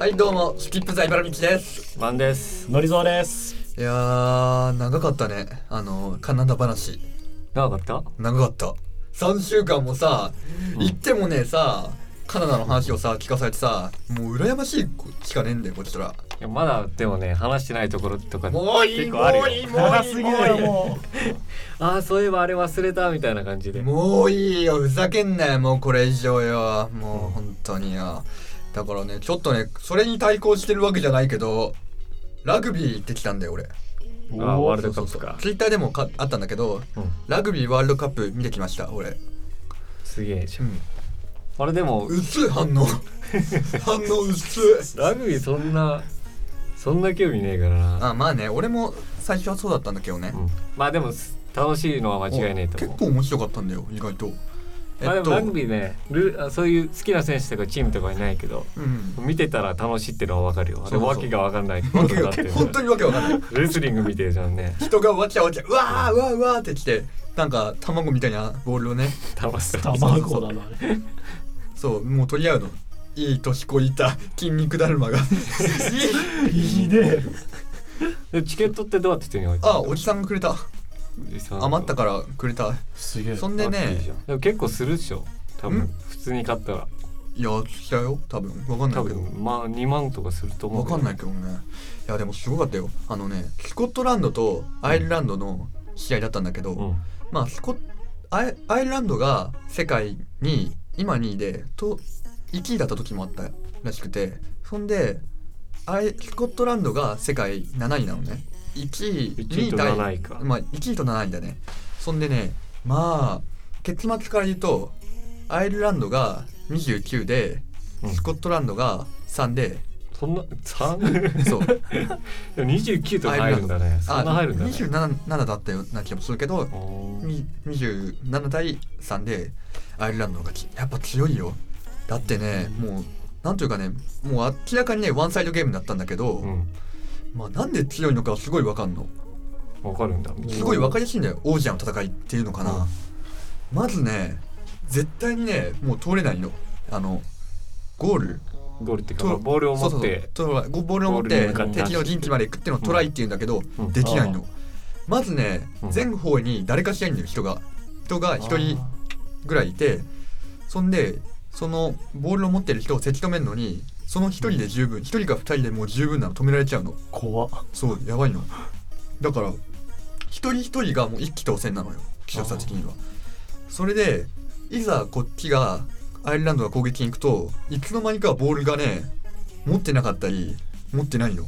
はいどうもスキップザイバラミキですマンです。のりぞうです。いやー長かったねあのカナダ話長かった長かった3週間もさ行ってもねさカナダの話をさ聞かされてさもう羨ましいこしかねえんだよこっちとらいやまだでもね話してないところとかもういい結も構あるよういいも長ういすいぎもだようもああそういえばあれ忘れたみたいな感じいいでもういいよふざけんなよもうこれ以上よもう本当によだからねちょっとねそれに対抗してるわけじゃないけどラグビー行ってきたんだよ俺う。あーワールドそカうッそプうそうかツイッターでもかあったんだけどうんラグビーワールドカップ見てきました俺すげえじゃうんんあれでも薄い反応 反応薄いラグビーそんなそんな興味ねえからなあまあね俺も最初はそうだったんだけどねうんまあでもす楽しいのは間違いねえと結思う構面白かったんだよ意外とまあでもラグビーねルーあそういう好きな選手とかチームとかいないけどうん見てたら楽しいってのはわかるよあそれうそう訳がわかんないわけがことになって 本るか当にわけわかんないらレスリング見てるじゃ んね人がわちゃわちゃうわーうわーうわーってきてなんか卵みたいなボールをね楽しそう卵だな。あれそうもう取り合うのいい年こいた筋肉だる まがいいいいね。でチケットってどうやって手に置いてんのあおじさんがくれた余ったからくれたすげえ。そんであいいねじゃんでも結構するでしょ多分ん普通に買ったらいやしたよ多分わかんな多いけど分まあ2万とかすると思わうかんないいけどねいやでもすごかったよあのねスコットランドとアイルランドの試合だったんだけど、うんまあスコアイアイルランドが世界に今2位でと1位だった時もあったらしくてそんでアイスコットランドが世界7位なのね1位1位と対7位かまあ、1位と7位だねそんでねまあ結末から言うとアイルランドが29でうんスコットランドが3で、 そんな 3? そうでも29とか入るんだねそんな入るんだね27 7だったような気もするけどおーに27対3でアイルランドの勝ちやっぱ強いよだってねもうなんというかねもう明らかにねワンサイドゲームだったんだけど、うんまあなんで強いのかすごいわかんのわかるんだすごいわかるりやすいんだよ王者の戦いっていうのかな、うんまずね絶対にねもう通れないのあのゴールゴールっていうかとまあボールを持ってそうそうそうトライボールを持っボールてに向かって敵の陣地まで行くっていうのをトライっていうんだけど、うんできないあのまずね、うん全方位に誰かしらいるのよ人が人が1人ぐらいいてそんでそのボールを持ってる人をせき止めるのにその1人で十分1人か2人でもう十分なの止められちゃうの怖っ。そうやばいのだから一人一人がもう一気当選なのよ記者さ的にはそれでいざこっちがアイルランドが攻撃に行くといつの間にかボールがね持ってなかったり持ってない の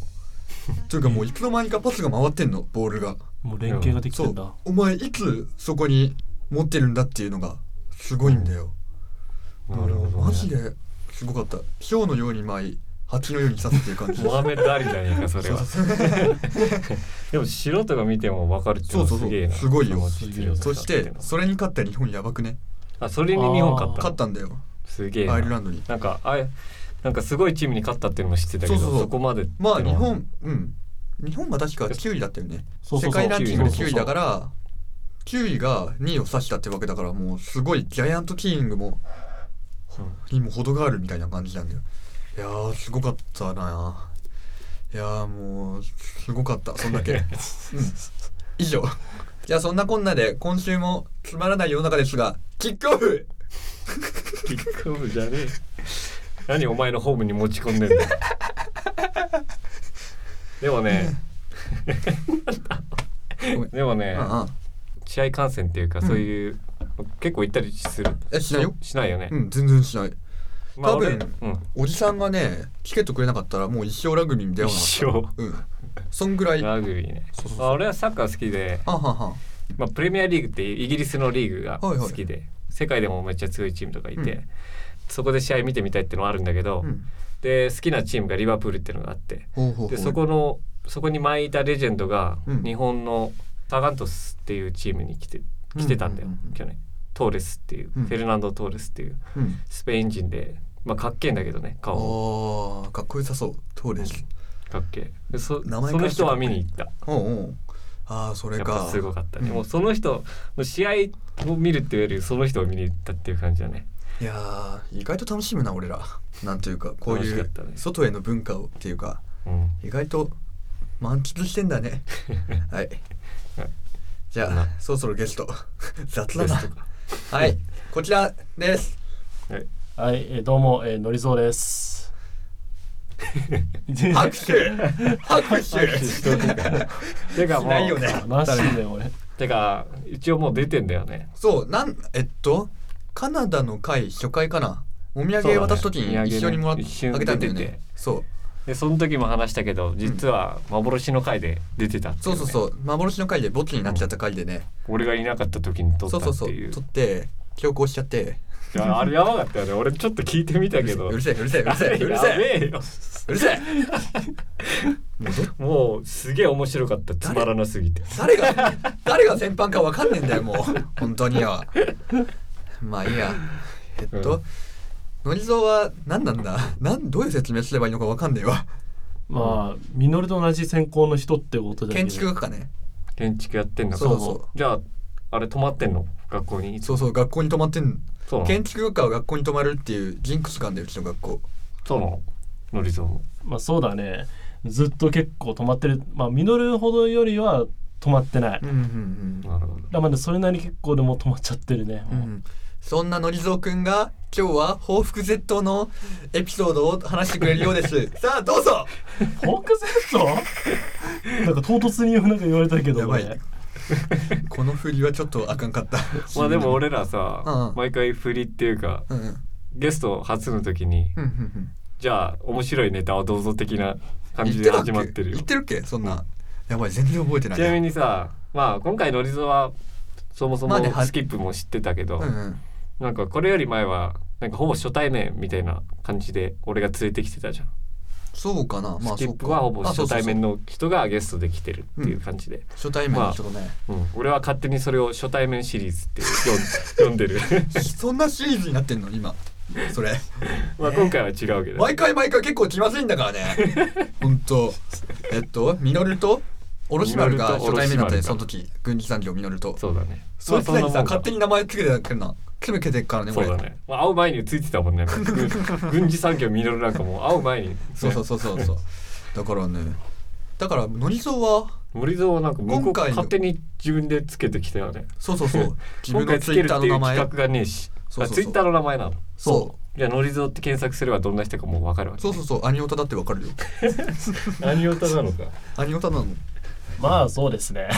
というかもういつの間にかパスが回ってんのボールがもう連携ができそてんうだ。お前いつそこに持ってるんだっていうのがすごいんだよ、なるほどねマジですごかったヒョウのように舞い蜂のように刺すっていう感じモ ハメッド・アリじゃねえかそれは でも素人が見てもわかるっていそうのうはそうそすげえうなすごいよすげえよそしてそれに勝った日本やばくねあそれに日本勝った勝ったんだよすげえなアイルランドになんかあれなんかすごいチームに勝ったっていうのも知ってたけそうどそそうそうこまでまあって日のは本うん日本が確か9位だったよねそうそうそう。世界ランキングで9位だからら9位が2位を指したってわけだからもうすごいジャイアントキリングもにも程があるみたいな感じなんだよいやーすごかったないやーもうすごかったそんだけ、うん、以上じゃあそんなこんなで今週もつまらない世の中ですがキックオフキックオフじゃねえ何お前のホームに持ち込んでん だよで もねごめんでもねうんうん試合観戦っていうかうんそういう、結構行ったりするえしないよしないよね、うん全然しないまあ多分俺うんおじさんがねチケットくれなかったらもう一生ラグビーに出会わなかった一生うんそんぐらいあラグビーねそうそうそうまあ俺はサッカー好きで、はんはんまあ、プレミアリーグってイギリスのリーグがはいはい好きで、世界でもめっちゃ強いチームとかいて、うんそこで試合見てみたいってのはあるんだけど、うんで好きなチームがリバプールっていうのがあって、ほうほうほうでそこのそこに前いたレジェンドがうん日本のサガントスっていうチームに来て来てたんだよ、うんうんうんうん去年トーレスっていう、うんフェルナンド・トーレスっていううんスペイン人でまあかっけえんだけどね顔もあーかっこよさそうトーレスかっけえでそ名前そからのして人かっはこいい見に行ったおうおうああそれやっかぱすごかったね、うんもうその人の試合を見るっていうよりその人を見に行ったっていう感じだねいやー意外と楽しむな俺らなんていうかこうい楽うしかったね外への文化をっていうかうん意外と満喫してんだ ねはいじゃあそろそろゲスト 雑だゲなストかはいこちらですはい、えーどうも、えー、のりそう です。拍 手拍手拍手しとくからてかしもないようねマジで俺。てか一応もう出てんだよねそうなんえっとカナダの会初回かなお土そうだ産ね渡す時にお土産ね一緒にもらっ一瞬あげたんだよ出てねてそうでその時も話したけど実は幻の回で出てたっていそうそううねそう幻の回でボツになっちゃった回でね俺がいなかった時に撮っそたうそうっそてういう撮って強行しちゃっていやあれやばかったよね俺ちょっと聞いてみたけどうるせえうるせえうるせえあうれるせやえべえようるせえもうどもうすげえ面白かったつまらなすぎて誰が誰が先般かわかんねえんだよもう本当によまあいいやえっと、のりぞうは何なんだなんどういう説明すればいいのかわかんねえわまあ、ミノルと同じ専攻の人ってことだけど建築学科ね建築やってんだそうそうじゃああれ泊まってんの学校にそうそう学校に泊まってんそうなの建築学科は学校に泊まるっていうジンクス感でうちの学校そうなののりぞうもまあそうだね。ずっと結構止まってる。まあ、ミノルほどよりは止まってない。うんうんなるほどだからねそれなりに結構でも止まっちゃってるね。うん、うん、そんなのりぞうくんが今日は報復絶倒のエピソードを話してくれるようです さあどうぞフォークセット なんか唐突になんか言われたけどやばい俺この振りはちょっとあかんかったまあでも俺らさ、うんうん毎回振りっていうかうんうんうんゲスト初の時に、うんうんじゃあ面白いネタをどうぞ的な感じで始まってるよ言ってたっけ言ってるっけそんな、やばい全然覚えてないちなみにさまあ今回のりぞはそもそもまあねはスキップも知ってたけど、うんうんなんかこれより前はなんかほぼ初対面みたいな感じで俺が連れてきてたじゃん、そうかなまあスキそッうプかはほぼあそうそ初うそう対面の人がゲストで来てるっていう感じで、初対面の人とね、うん俺は勝手にそれを初対面シリーズって呼ん呼んで るそんなシリーズになってんの今そ れまあ今回は違うけど、毎回毎回結構気まずいんだからねほんとえっとミノルとオロシマルが初対面だったねミノルとオロシマルがその時軍事産業ミノルとそうだねそいつらにさ勝手にに名前つけてくるなつけてっからねそ俺うだね、まあ、会う前についてた もんね軍軍事産業ミノルなんかもう会う前にそうそうそうそうそうだからねだからノリゾウは森蔵はなんか向こう今回の勝手に自分でつけてきたよねそうそうそう自 今分の回ツつイけッるタっーての名いう前企画がねえしそうそうそうあツイッターの名前なのそうじゃあノリゾーって検索すればどんな人かもう分かるわけそうそうそうアニオタだってわか るよ何をたなのかアニオタなのまあそうですね。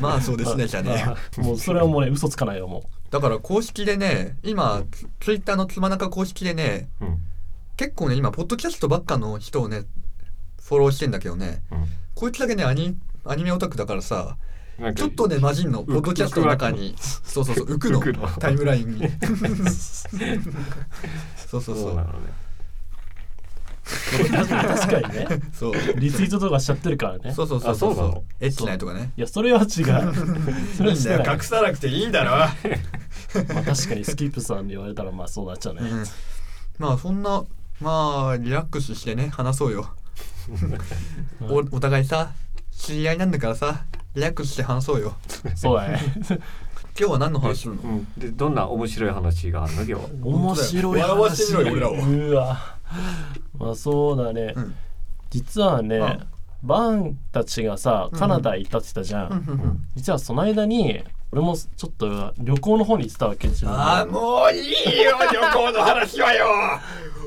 まあそうですねじゃあねもうそれはもうね嘘つかないよもだから公式でね今ツツイッターのつまなか公式でねうん結構ね今ポッドキャストばっかの人をねフォローしてんだけどねうこいつだけねアニアニメオタクだからさんなんかちょっとね混じんのくポッドキャストの中にそうそうそう浮くの浮くのタイムライ ンにそうそうそそうなうのねう。確かにね。そうリツイートとかしちゃってるからね。そうそうそうあそうなそのうエッチ ないとかねいやそれは違う。それはしてない。さなくていいだろまあ確かにスキップさんに言われたらまあそうなっちゃうね。うんまあそんなまあリラックスしてね話そう よおお互いさ知り合いなんだからさリラックスして話そうよそうだね。今日は何の話するのうんでどんな面白い話があるの 今日面白い話。笑わせてみろよ俺らをうわ。まあそうだね。うん実はね、うんバーンたちがさカナダ行ったって言ったじゃん。うんうんうん実はその間に俺もちょっと旅行の方に行ってたわけじゃん ああもういいよ旅行の話はよ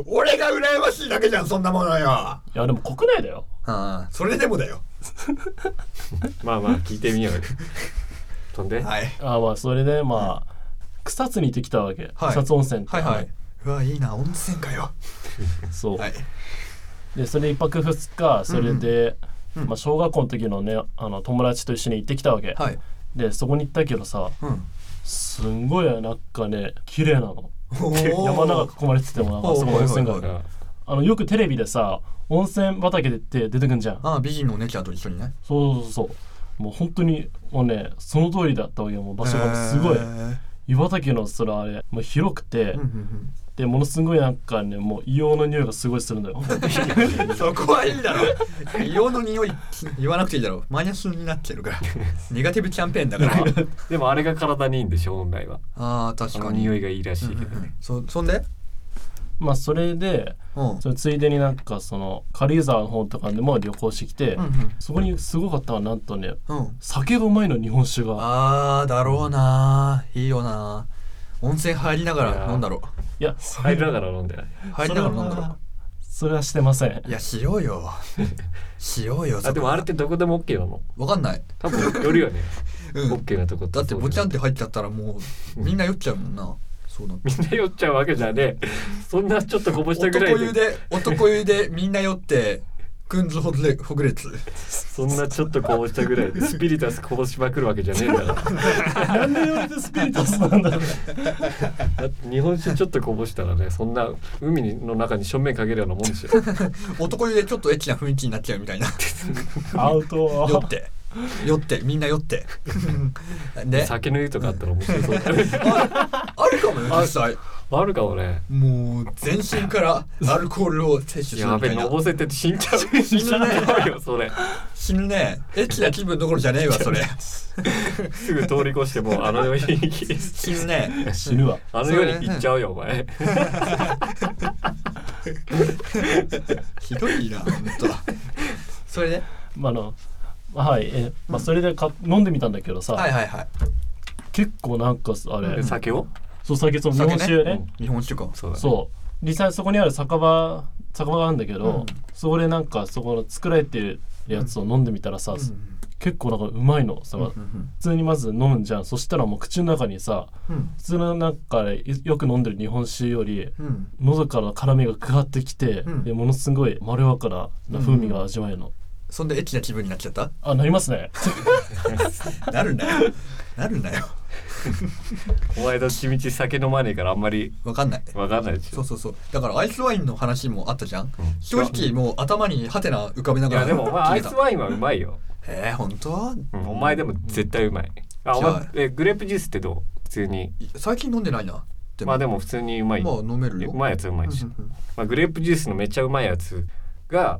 俺が羨ましいだけじゃんそんなものよあいやでも国内だよあそれでもだよまあまあ聞いてみようよ飛んで、はいあーまあそれでまあ、草津に行ってきたわけ、はい草津温泉ってはいはい、うわいいな温泉かよそう、はいでそれで1泊2日それで、うんうんまあ、小学校の時のねあの友達と一緒に行ってきたわけ、はいでそこに行ったけどさ うんすんごいなんかね綺麗なのおー山の中囲まれててもなんかすごい温泉おーはいはいはがいあのよくテレビでさ温泉畑でって出てくんじゃんああ美人のお姉ちゃんと一緒にねそうそうそうそうもう本当にもうねその通りだったわけよもう場所がすごいへー岩竹の空あれもう広くて、うんうんでものすごいなんかねもう硫黄の匂いがすごいするんだようん そこはいいだろ硫黄の匂い言わなくていいだろマイナスになってるから ネガティブキャンペーンだからでもあれが体にいいんでしょ本来はああ確あのかに匂いがいいらしいけうんうどんうんねそそんでまあそれでうんうんそのついでになんかその軽井沢の方とかでも旅行してきて、うんそこにすごかったのはなんとねうん酒がうまいの日本酒があーだろうないいよな温泉入りながいやらー飲んだろいやそ入れりながら飲んでない入りながら飲んだそれろはそれはしてませんいやしよう よしようよあでもあれってどこでも OK なのわかんない多分よるよねうん OK なとこだってぼぼちゃんって入っちゃったらもうみんな酔っちゃうもんなそうなんみんな酔っちゃうわけじゃねえそんなちょっとこぼしたぐら男湯いでで 男湯でみんな酔ってくんずほぐれほぐれつそんなちょっとこぼしたぐらいでスピリタスこぼしまくるわけじゃねえんだからなんでよりでスピリタスなんだろうだって日本酒ちょっとこぼしたらねそんな海の中に正面かけるようなもんですよ男湯でちょっとエッチな雰囲気になっちゃうみた いな アウト酔って酔ってみんな酔って で酒の湯とかあったら面白そうだねああるかもよ実際あるかもねもう全身 からアルコールを摂取するやみたべいのなぼせてて死んじゃう死んじゃうよそれ死ぬねエッチな気分どころじゃねえわ それすぐ通り越してもうあの世に死ぬね死ぬわあの世に行っちゃうよお前ひどいな本当だそれでまああのはいえ、まあ、それでか飲んでみたんだけどさ、はいはいはい結構なんかあれ、で酒をそう酒そう日酒ね本酒ねうん日本酒かそうだねそう実際そこにある酒場酒場があるんだけうど、んそこでなんかそこの作られてるやつを飲んでみたらさ、うん結構なんかうまいのさ、うん普通にまず飲むじゃんそしたらもう口の中にさうん普通のなんかねよく飲んでる日本酒よりうん喉から辛みがかかってきて、うんでものすごいまろやかな風味が味わえるの、そんでエッチな気分になっちゃったあなりますねなるなよなるなよお前どっちみち酒飲まねえからあんまりわかんないわかんないでしそょうそうそうだからアイスワインの話もあったじゃん、ん正直もう頭にハテナ浮かべないがらやでもお前アイスイワインはうまいよンえー、本当、うんお前でも絶対うまいあおじゃ前あえグレープジュースってどう普通に最近飲んでないなでまあでも普通にうまいまあ飲めるようまいやつはうまいしまあ、グレープジュースのめっちゃうまいやつが、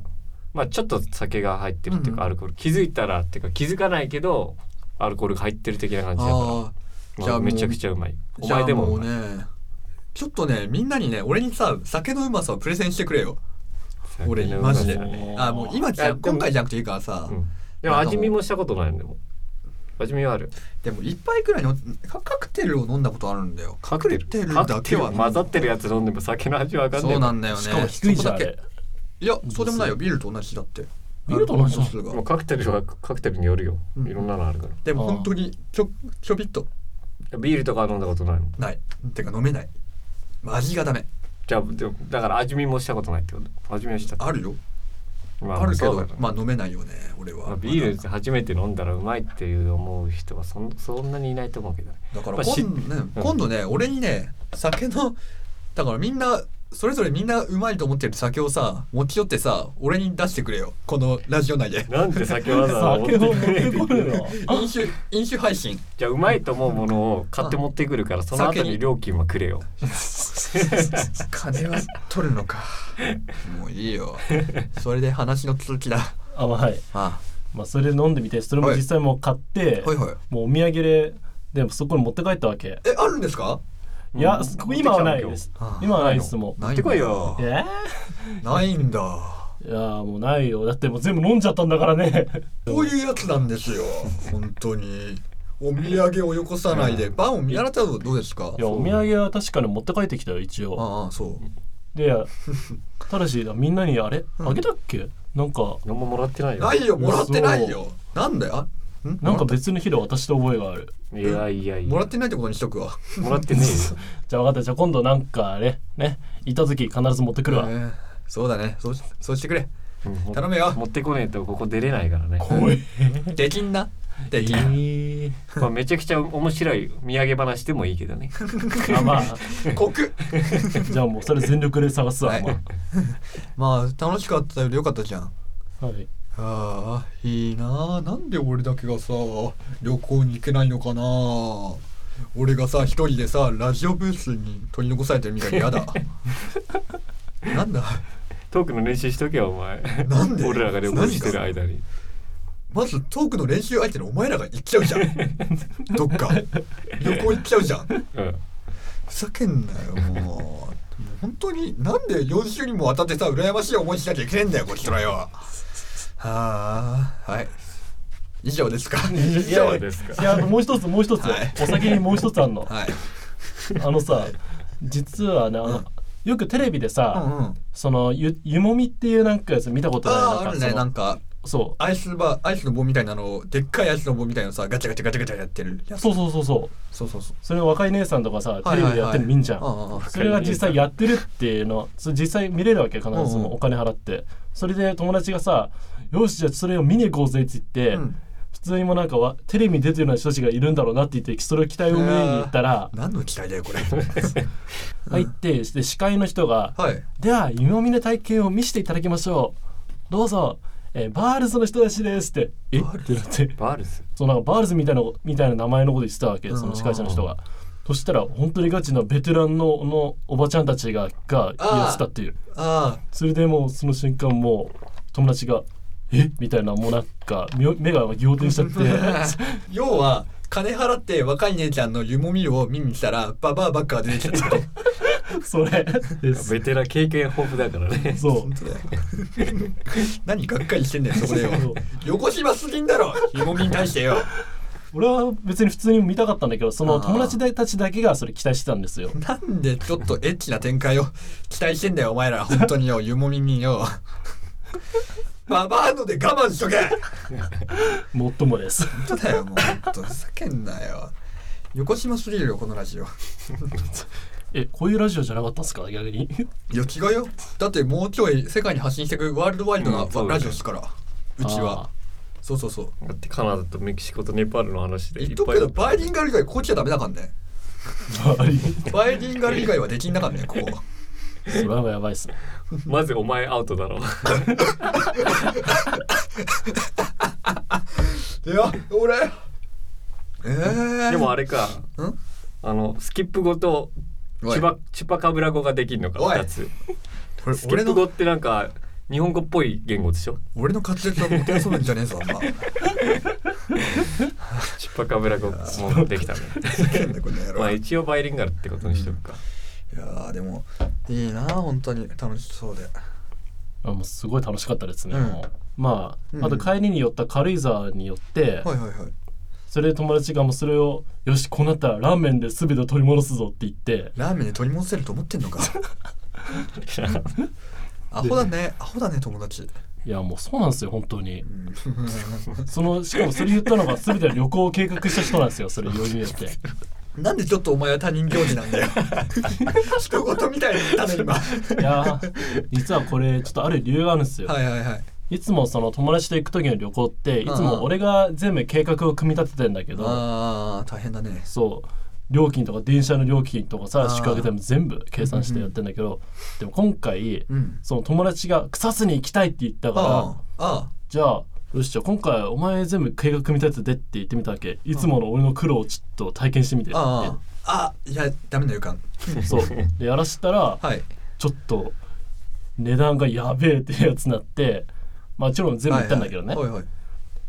まあ、ちょっと酒が入ってるっていうか、うんアルコール気づいたらっていうか気づかないけどアルコールが入ってる的な感じだからあーじまゃあ、あめちゃくちゃうまいゃおじゃ前あでももううまいねちょっとねみんなにね俺にさ酒のうまさをプレゼンしてくれよ酒俺にのうマまさジでねあもう今じいゃやでも今回じゃなくていいからさ、うんでも味見もしたことないのでも味見はあるでも一杯くらいのカカクテルを飲んだことあるんだよカクテルカクテルカクだテけルは混ざってるやつ飲んでも酒の味わかんねえそうなもんだよねしかも低いじゃんあそこだれけいやそうでもないよビールと同じだってビールと同じアルコール度数がうカクテルはカクテルによるようんいろんなのあるからでも本当にちょちょびっとビールとかは飲んだことないのないてか飲めない味がダメじゃあでもだから味見もしたことないってこと味見はしたあるよまあるけそうどだよねまあ飲めないよね俺はまあ、ビール初めて飲んだらうまいっていう思う人はそんそんなにいないと思うけどねだからまあし今,、ね、うん今度ね俺にね酒のだからみんなそれぞれみんなうまいと思ってる酒をさ持ち寄ってさ俺に出してくれよこのラジオ内でなんで酒わざわざ持酒ってを持くっれてるこる の飲酒飲酒配 信じゃあうまいと思うものを買って持ってくるからその後先にに料金はくれよ金は取るのかもういいよそれで話の続きだあまあはいあまあ、それで飲んでみてそれも実際もう買って、はいはいもうお土産ででもそこに持って帰ったわけ、えあるんですかうんいや持ってきたの今はないです今日今はないですもうないんだってこいよえーないんだいやーもうないよだってもう全部飲んじゃったんだからねこういうやつなんですよ本当にお土産をよこさないでバンを見習ったらどうですかいやお土産は確かに持って帰ってきたよ一応ああそうでただしみんなにあれあげたっけなんか何ももらってないよないよもらってないよなんだよなんかもらっ別の日で渡した覚えがあるいやいやいやももらってないってことにしとくわらってねじゃあ分かったじゃあ今度なんかあれねいた時必ず持ってくるわ、えーそうだねそうしそうしてくれ えようん頼むよ持ってこねえとここ出れないからね、怖いできんなできえんーまあ、めちゃくちゃ面白い土産話でもいいけどねあまあ濃くじゃあもうそれ全力で探すわ、はいま まあ楽しかったよりよかったじゃんあはいああいいなあなんで俺だけがさ旅行に行けないのかなあ俺がさ一人でさラジオブースに取り残されてるみたいでや だなんだトークの練習しとけよお前なんで俺らが旅行してる間にまずトークの練習相手のお前らが行っちゃうじゃんどっか旅行行っちゃうじゃんふうんざけんなよもう本当になんで4週にもわたってさ羨ましい思いしなきゃいけねえんだよこっちとらよはあはい以上です か以上ですかいやあともう一つもう一つ、はいお酒にもう一つあんのはいあのさ実はねあの、うんよくテレビでさ、うんうんそのゆ湯もみっていうなんかやつ見たことないああーあるねそのなんかそアイスバーアイスの棒みたいなのをでっかいアイスの棒みたいなのさガチャガチャガチャガチャやってるやうつそうそうそうそうそうそうそうそれを若い姉さんとかさテレビでやってるの見んじゃん、はいはいはいうんうんうんそれが実際やってるっていうのそれ実際見れるわけ必うんうんずそのお金払って、それで友達がさ「よしじゃあそれを見に行こうぜ」って言って、うん普通にもなんかわテレビに出てるような人たちがいるんだろうなって言ってそれを期待を見に行ったら何の期待だよこれ 入ってして司会の人がはいでは夢を見る体験を見せていただきましょうどうぞ、えーバールズの人たちですってえっバールってなってバールズそうなんかバールズみたいなみたいな名前のこと言ってたわけうんその司会者の人がそしたら本当にガチのベテランののおばちゃんたちががあーやってたっていうあそれでもうその瞬間もう友達が「えみたいなもうなんかみょ目が仰天し ちゃってあ要は金払って若い姉ちゃんの湯もみを見に来たらババアばっか出てきたってことそれですベテラン経験豊富だからねそう本当だよ何がっかりしてんだよそこでよそう横島すぎんだろ湯もみに対してよ俺は別に普通に見たかったんだけどそあのー友達たちだけがそれ期待してたんですよなんでちょっとエッチな展開を 期待してんだよお前ら本当によ湯もみによ ババアので我慢しとけもっともです本当だよもう本当ふざけんなよ横島すぎるよこのラジオえこういうラジオじゃなかったんですか逆にいや違うよだってもうちょい世界に発信してくワールドワイドなうんそうだラねジオですから、 うちはそうそうそうだってカナダとメキシコとネパールの話で言っいっとくぱけいどバイリンガル以外こっちはダメだからねあーありバイリンガル以外はできんなか ったねここそれはやばいっすねまずお前アウトだろいや俺えー、でもあれかんあのスキップ語とおいチュパチュパカブラ語ができるのかおい2つこれスキ俺ップ語のってなんか日本語っぽい言語でしょ俺の滑舌はもてあそぶんじゃねえぞ まあチュパカブラ語もできたねふざけんなこの野郎、まあい一応バイリンガルってことにしとくか、やーでもいいな本当に楽しそうであもうすごい楽しかったですね、うんもうまあ、うんあと帰りに寄った軽井沢に寄って、はいはいはいそれで友達がもうそれを「よしこうなったらラーメンで全てを取り戻すぞ」って言ってラーメンで取り戻せると思ってんの かアホだねアホだね友達いやもうそうなんですよ本当にうんそのしかもそれ言ったのが全ての旅行を計画した人なんですよそれ余裕 ってなんでちょっとお前は他人行事なん だよ。人事みたいに言ったね今。はいやー実はこれちょっとある理由があるんですよ、いはいはい。い、つもその友達と行く時の旅行っていつうんも俺が全部計画を組み立ててんだけどああ大変だね。そう料金とか電車の料金とかあさー宿泊でも全部計算してやってんだけどでも今回うん。その友達が草津に行きたいって言ったからあああじゃあよしじゃあ今回お前全部計画組み立ててって言ってみたわけいつもの俺の苦労をちょっと体験してみてああああいやダメな予感。でそうでやらしたら はい。ちょっと値段がやべえってやつになってまあもちろん全部言ったんだけどね、はいはいはい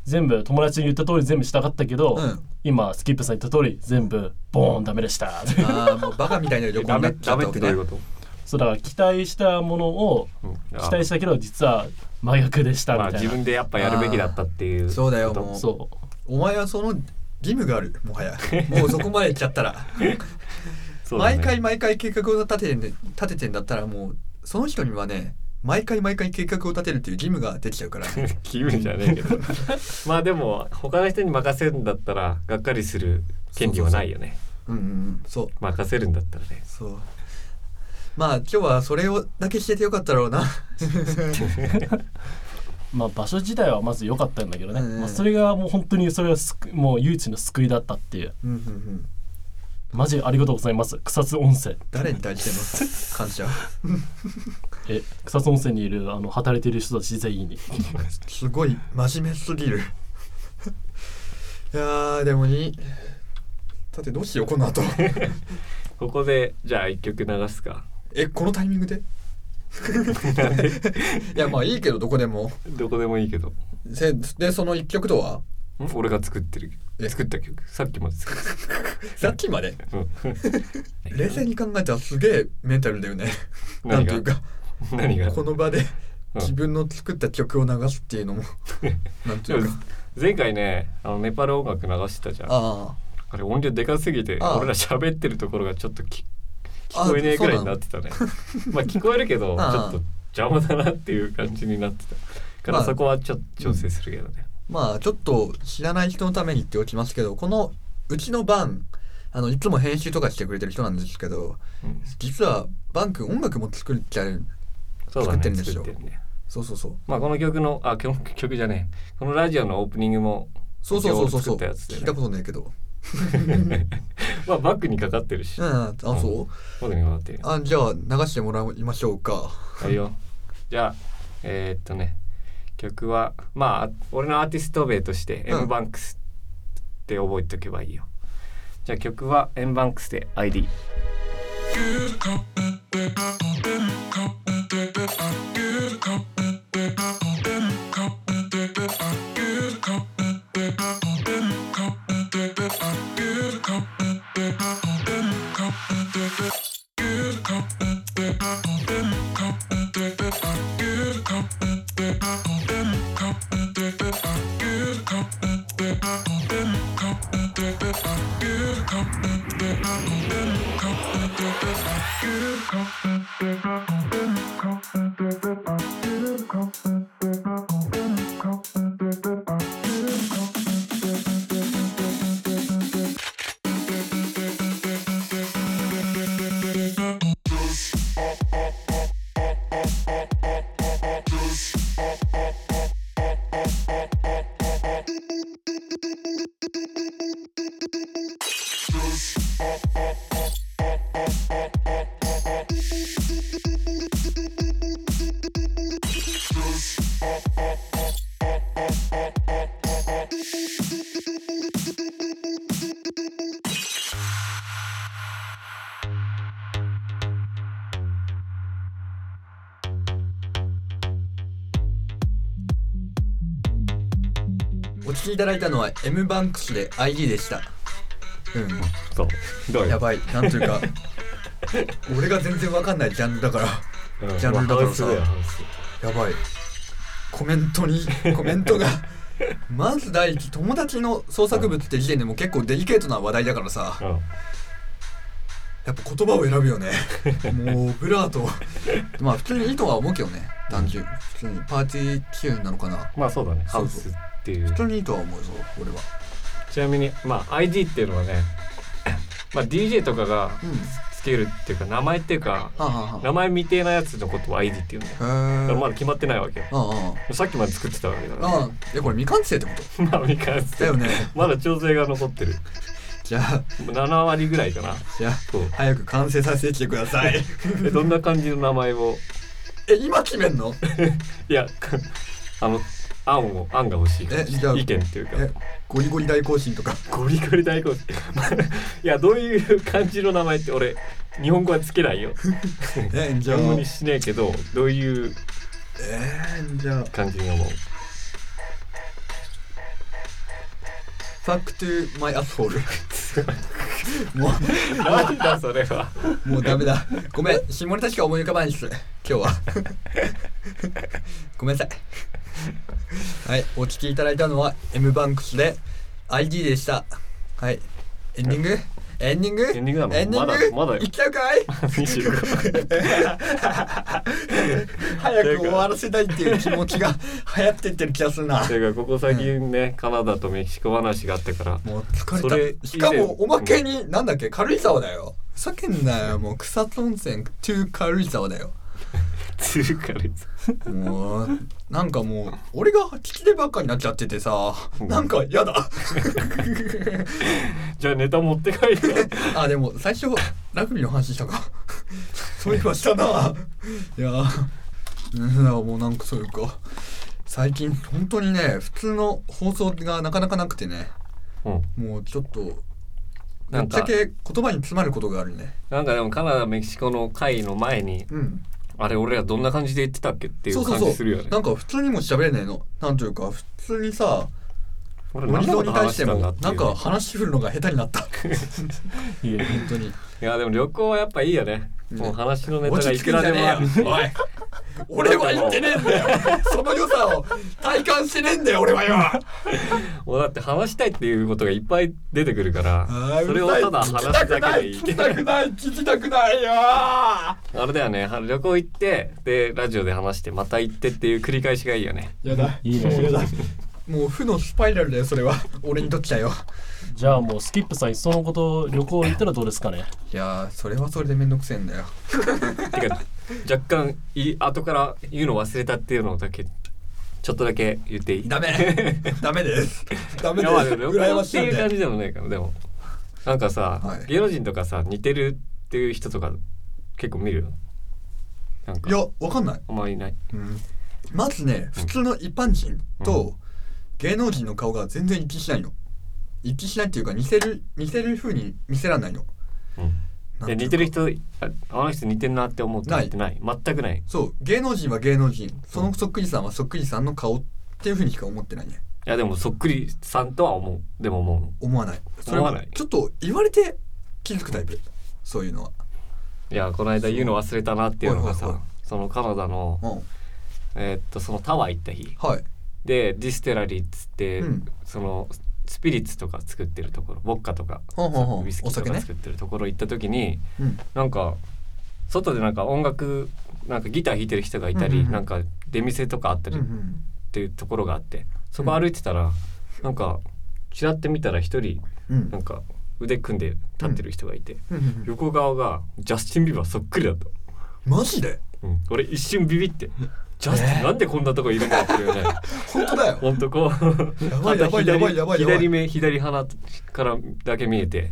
全部友達に言った通り全部したかったけど、うん今スキップさん言った通り全部ボーンダメでしたはいはい。ああもうバカみたいな旅行ダになメっちゃっダメたっわけてどうねいう。ことそうだから期待したものをうん期待したけど実は真逆でしたみまあたい自な、分でやっぱやるべきだったっていうことそうだよもう。そうお前はその義務があるもは や。もうそこまで行っちゃったら。そうだね毎回毎回計画を立ててんで立ててんだったらもうその人にはね毎回毎回計画を立てるっていう義務ができちゃ うから。気分じゃねえけど まあでも他の人に任せるんだったらがっかりする権利はないよねうんうんうんそう。任せるんだったらねそうまあ今日はそれをだけしててよかったろうなまあ場所自体はまず良かったんだけどね、うんうんまあ、それがもう本当にそれがすくもう唯一の救いだったっていううんうんうんマジありがとうございます草津温泉誰に対しての感謝え草津温泉にいるあの働いている人たち全員にすご い真面目すぎるいやーでもいいさてどうしようこの 後ここでじゃあ一曲流す かえこのタイミングでなんでいやまあいいけどどこでもどこでもいいけどんせでその一曲とは俺が作ってるえ作った曲さっきまで作っさっきまでた、うん、冷静に考えたらすげえメンタルだよねなん何ていがうか 何がこの場でうん自分の作った曲を流すっていう のもなんていうか前回ねあのネパル音楽流してたじゃんああれ音量でかすぎてああ俺ら喋ってるところがちょっときあ聞こえねえぐらいになってたね まあ聞こえるけどちょああっと邪魔だなっていう感じになってたかまらあそこはちょっと調整するけどね、あまあちょっと知らない人のために言っておきますけどこのうちのバンあのいつも編集とかしてくれてる人なんですけどうん実はバン君音楽も作っちゃうそう作だってるんねですよ作ってるねそうそうそうまあこの曲のあ曲曲じゃねえこのラジオのオープニングも そうそうそう一応そう俺作ったやつでね聞いたことないけどまあバックにかかってるしうんあそう、バックにかかってるよあじゃあ流してもらいましょうかはいよじゃあえーっとね曲はまあ俺のアーティスト名としてうん M バンクスって覚えておけばいいよ、じゃあ曲は M バンクスで ID お聴きいただいたのは M バンクスで ID でしたうんそうどうやよ、ばい、なんというか 俺が全然わかんないジャンルだからうんジャンルだからさまあハウスだよハウスやばいコメントにコメントがまず第一友達の創作物って時点でもう結構デリケートな話題だからさうんやっぱ言葉を選ぶよねもうブラーとまあ普通にいいとは思うけどね単純普通にパーティーチューンなのかなまあそうだねハそうウそスうっていう普通にいいとは思うぞ俺はちなみにまあ ID っていうのはねまあ DJ とかがうんつけるっていうか名前っていうかはあはあは名前未定なやつのことを ID っていうんだよあだへかえらまだ決まってないわけよあさっきまで作ってたわけだかあらああえこれ未完成ってこと まあ未完成だよねまだ調整が残ってる じゃあ7割ぐらいかなじゃあそう早く完成させてきてくださいえどんな感じの名前を え今決めんの いや あの案を案が欲しいえじゃあ意見っていうかえゴリゴリ大行進とかゴリゴリ大根 いやどういう感じの名前って俺日本語はつけないよえじ日ゃあ本語にしねえけどどういうえー、じゃあ感じに思う「ファックトゥマイアスホール」 もなんだそれ はうもうダメだごめん下ネタしか思い浮かばないです今日は ごめんなさいはいお聞きいただいたのは M バンクスで ID でしたはいエンディングエンディングエンディングなのエンディングまだまだよ行っちゃうかい早く終わらせたいっていう気持ち が流行ってってる気がするなていうかここ最近ね、カナダとメキシコ話があったからもうそ疲れれた。しかもおまけに、なんだっけ、軽井沢だよ。ふざけんなよ、もう草津温泉、トゥー軽井沢だよ。つるからもう、なんかもう、俺が聞き手ばっかになっちゃっててさ、なんか嫌だ。 じゃあネタ持って帰るよあ、でも最初、ラグビーの話したか。そういえばしたな。いや、うん、もうなんかそういうか。最近、本当にね、普通の放送がなかなかなくてね、うんもうちょっと、ぶなっんちゃかけ言葉に詰まることがあるねなんかでもカナダメキシコの会の前にうんあれ俺らどんな感じで言ってたっけっていそううそう感そうじするよねなんか普通にも喋れないのなんというか普通にさ俺ノ何リのゾこーとに対話ししててたんだもっていなうんか話振るのが下手になったいえ本当にいやでも旅行はやっぱいいよねもう話 のネタ落がちい着くくんらじゃでねもえあよるおい俺は言ってねえんだよその良さを体感してねえんだよ俺はよもうだって話したいっていうことがいっぱい出てくるからあーそれをただ話すだけでいい聞きたくない聞きたくない聞きたくないよあれだよねは旅行行ってでラジオで話してまた行ってっていう繰り返しがいい よねやだいいねもう負のスパイラルだよそれは俺にとっちゃよじゃあもうスキップさんいっそのこと旅行行ったらどうですかねいやーそれはそれでめんどくせえんだよてか若干い後から言うの忘れたっていうのだけちょっとだけ言っていいダメ ダメですダメいでやすまあでも旅羨行まっしていんいう感でじでもないからでもなんかさ、はい芸能人とかさ似てるっていう人とか結構見るなんいかやわかんないあんまりいないうんまずね普通の一般人と芸能人の顔が全然一致しないの一致しないっていうか似せる似せる風に見せらんないのなんでいうか似てる人ああの人似てんなって思うってないってない全くないいそう芸能人は芸能人そのそっくりさんはそっくりさんの顔っていう風にしか思ってないねやでもそっくりさんとは思うでも思思わないそれ思わはないちょっと言われて気づくタイプそういうのはういやこの間言うの忘れたなっていうのはがいはいさはそのカナダのうんえーっとそのタワー行った日はいでディステラリーっつって、うんそのスピリッツとか作ってるところボッカとかほんほんほんウイスキおー酒とねか作ってるところ行った時に、うんなんか外でなんか音楽なんかギター弾いてる人がいたうり、んうんうんなんか出店とかあったうんりうっんていうところがあって、そこ歩いてたら、なんかちらって見たら一人うんなんか腕組んで立ってる人がいて、うんうん横側がジャスティン・ビーバーそっくりだった、マジでうん俺一瞬ビビ ってジャスティン、なんでこんなとこいるんだっていうね本当だよほんとこう。やばいやばいやばいやばいやば左い目左鼻からだけ見えて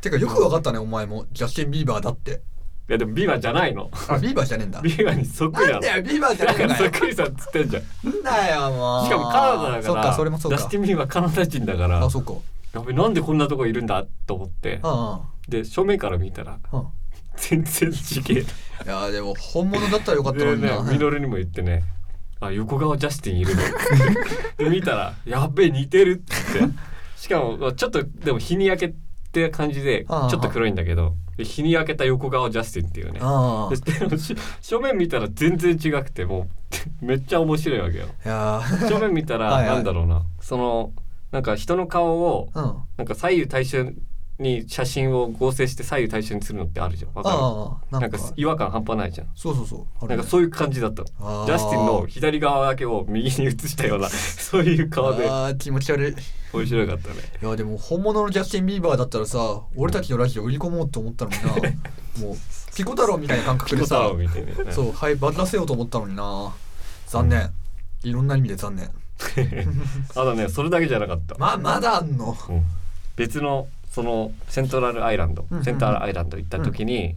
てかよくわかったねお前もジャスティン・ビーバーだっていやでもビーバーじゃない のあビーバーじゃねえんだビーバーにそっくりななんのだよビーバーじゃだねえかんらだそっよくりさんっつってんじゃんなんだよもうしかもカナダだからそっかそれもそうダかスティン・ビーバーカナダ人だからあそっかやべなんでこんなとこいるんだと思ってあで正面から見たらああ全然違えあいやーでも本物だったらよかったのでにねなミノルにも言ってねあ横顔ジャスティンいるので見たらやっべえ似てるっつってしかもまあちょっとでも日に焼けって感じでちあょあっと黒いんだけどで日に焼けた横顔ジャスティンっていうねああででもし正面見たら全然違くてもうめっちゃ面白いわけよいや ー正面見たはらいはいなんだろうなそのなんか人の顔をうんあなんか左右対称に写真を合成して左右対称にするのってあるじゃんわかあるななんんかか違和感半端ないじゃんそうそうそうあるなんねかそういう感じだったのあージャスティンの左側だけを右に映したよ うなそういう顔であー気持ち悪い面白かったねいやでも本物のジャスティン・ビーバーだったらさ俺たちのラジオ売り込もうと思ったの になもうピコ太郎みたいな感覚ピでコ太さ郎みたいなねそうはいバズらせようと思ったのにな残念いろんな意味で残念あとねそれだけじゃなかったままだあんのうん別のそのセントラルアイランド、うんうんセンターアイランド行った時に、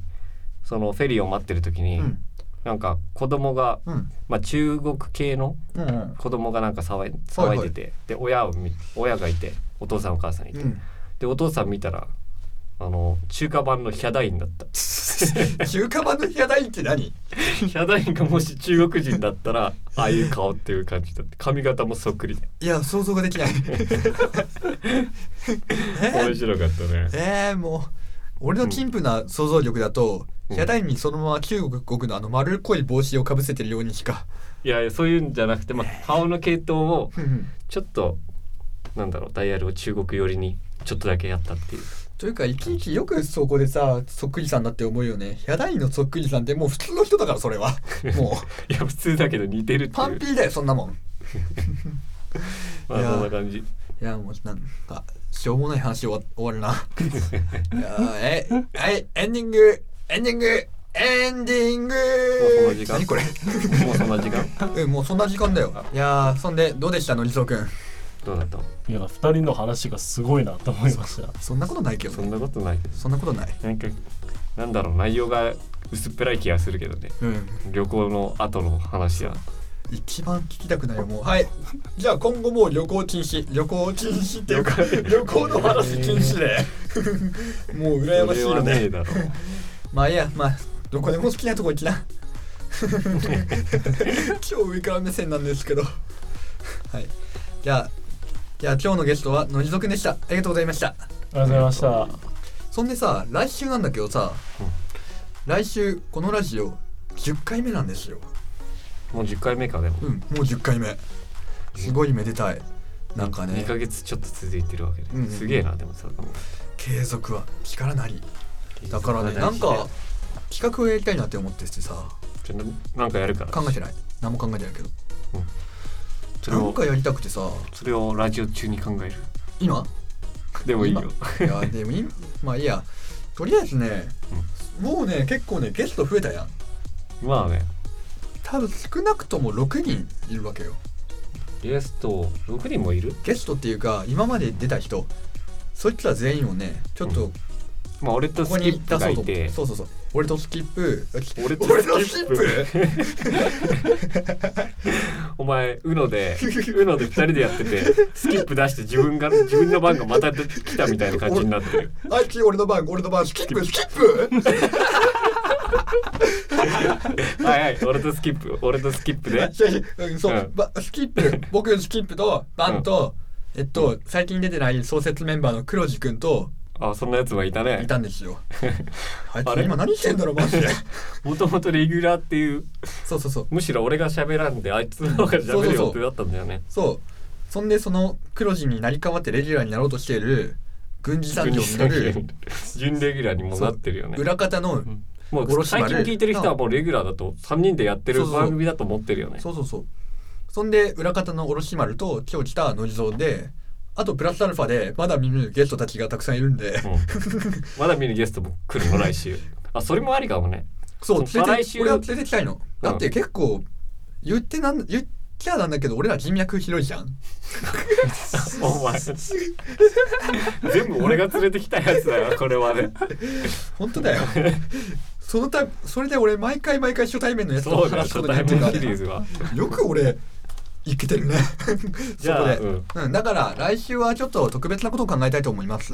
そのフェリーを待ってる時うに、んなんか子供が、うんまあ、中国系のうんうん子供がなんか騒いはい騒いでて、で親を見親がいてお父さんお母さんいて、うんでお父さん見たらあの中華版のヒャダインだった 中華版のヒアダインって何ヒャダインがもし中国人だったらああいう顔っていう感じだって髪型もそっくりでいや想像がで きない面白かったねえー、もう俺の陳腐な想像力だと、うんヒアダインにそのまま中国のあの丸っこい帽子をかぶせてるようにしかいやいやそういうんじゃなくて、まあ、顔の系統をうんうんちょっとなんだろうダイヤルを中国寄りにちょっとだけやったっていうというかいちいちよくそこでさそっくりさんだって思うよねヒャダインのそっくりさんってもう普通の人だからそれはも ういや普通だけど似てるってパンいうピーだよそんなもんいまいやあそんな感じやもうなんかしょうもない話終わ終 わるないやーえはいエンディングエンディングエンディングもうその時間何これもうそんな時間うんもうそんな時間だよいやーそんでどうでしたのりそうくんどうだったいや2人の話がすごいなと思いましたそんなことないけどそんねなことないそんなことないなんかなんだろう内容が薄っぺらい気がするけどねうん旅行の後の話は一番聞きたくないよもうはいじゃあ今後もう旅行禁止旅行禁止っていうか旅行旅行の話禁止で もう羨ましいそれよはねねえだろまあいいやまあどこでも好きなとこ行き な超上から目線なんですけどはいじゃあじゃあ今日のゲストはのじぞくんでしたありがとうございましたりがとうございました。そんでさ来週なんだけどさ、うん来週このラジオ10回目なんですよもう10回目かでもうんもう10回目すごいめでたいなんかね2ヶ月ちょっと続いてるわけで、うんうんすげえなでもさもう継続は力なりだからねなんか企画をやりたいなって思っててさちょななんかやるから考えてない何も考えてないけどそれなんをかやりたくてさそれをラジオ中に考える今でもいいよいやでもいいまあいいやとりあえずね、もうね結構ねゲスト増えたやんまあね多分少なくとも6人いるわけよゲスト6人もいるゲストっていうか今まで出た人そいつら全員をねちょっうとまあ俺とここスキにッ出プがそういとてそうそうそう俺とスキップ俺と俺とスキッスキッププお前 UNO で UNO で2人でやっててスキップ出して自分が自分の番がまた来たみたいな感じになってるあいつ俺の番俺の番スキップスキップはいはい俺とスキップ俺とスキップ で違う違ううんそう、うんばスキップ僕スキップとバンと、えっと最近出てない創設メンバーの黒地君とあそんなやつもいたねいたん ですよあいつあれ今何してんだろうマジで もともとレギュラーっていうそうそうそうむしろ俺が喋らんであいつの方が喋る予定だったんだよねそうそんでその黒字になりかわってレギュラーになろうとしている軍事産業にな る準レギュラーにもなってるよね裏方の、んも五郎う島で最近聞いてる人はもうレギュラーだと3人でやってそるうそうそう番組だと思ってるよねそうそうそうそんで裏方の卸丸と今日来たノリゾーであとプラスアルファでまだ見ぬゲストたちがたくさんいるんで、うんまだ見るゲストも来るの来週あそれもありかも ね そうそう連れ再来て週俺は連れてきたいの、だって結構言ってなん言っちゃなんだけど俺ら人脈広いじゃんお前全部俺が連れてきたやつだよこれは ね本当だ よそのたそれで俺毎回毎回初対面のやつとそうだ話すこ初とになってるから対面シリーズはよく俺いけてるね じそゃこあで、うんうん、だから来週はちょっと特別なことを考えたいと思います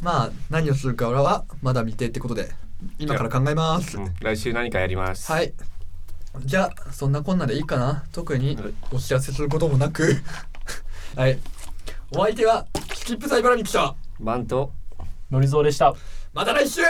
まあ何をするかはまだ未定ってことで今から考えますうん来週何かやりますはいじゃあそんなこんなでいいかな特にはいお知らせすることもなくはいお相手はスキップサイバラミキさんバントのりぞうでした。また来週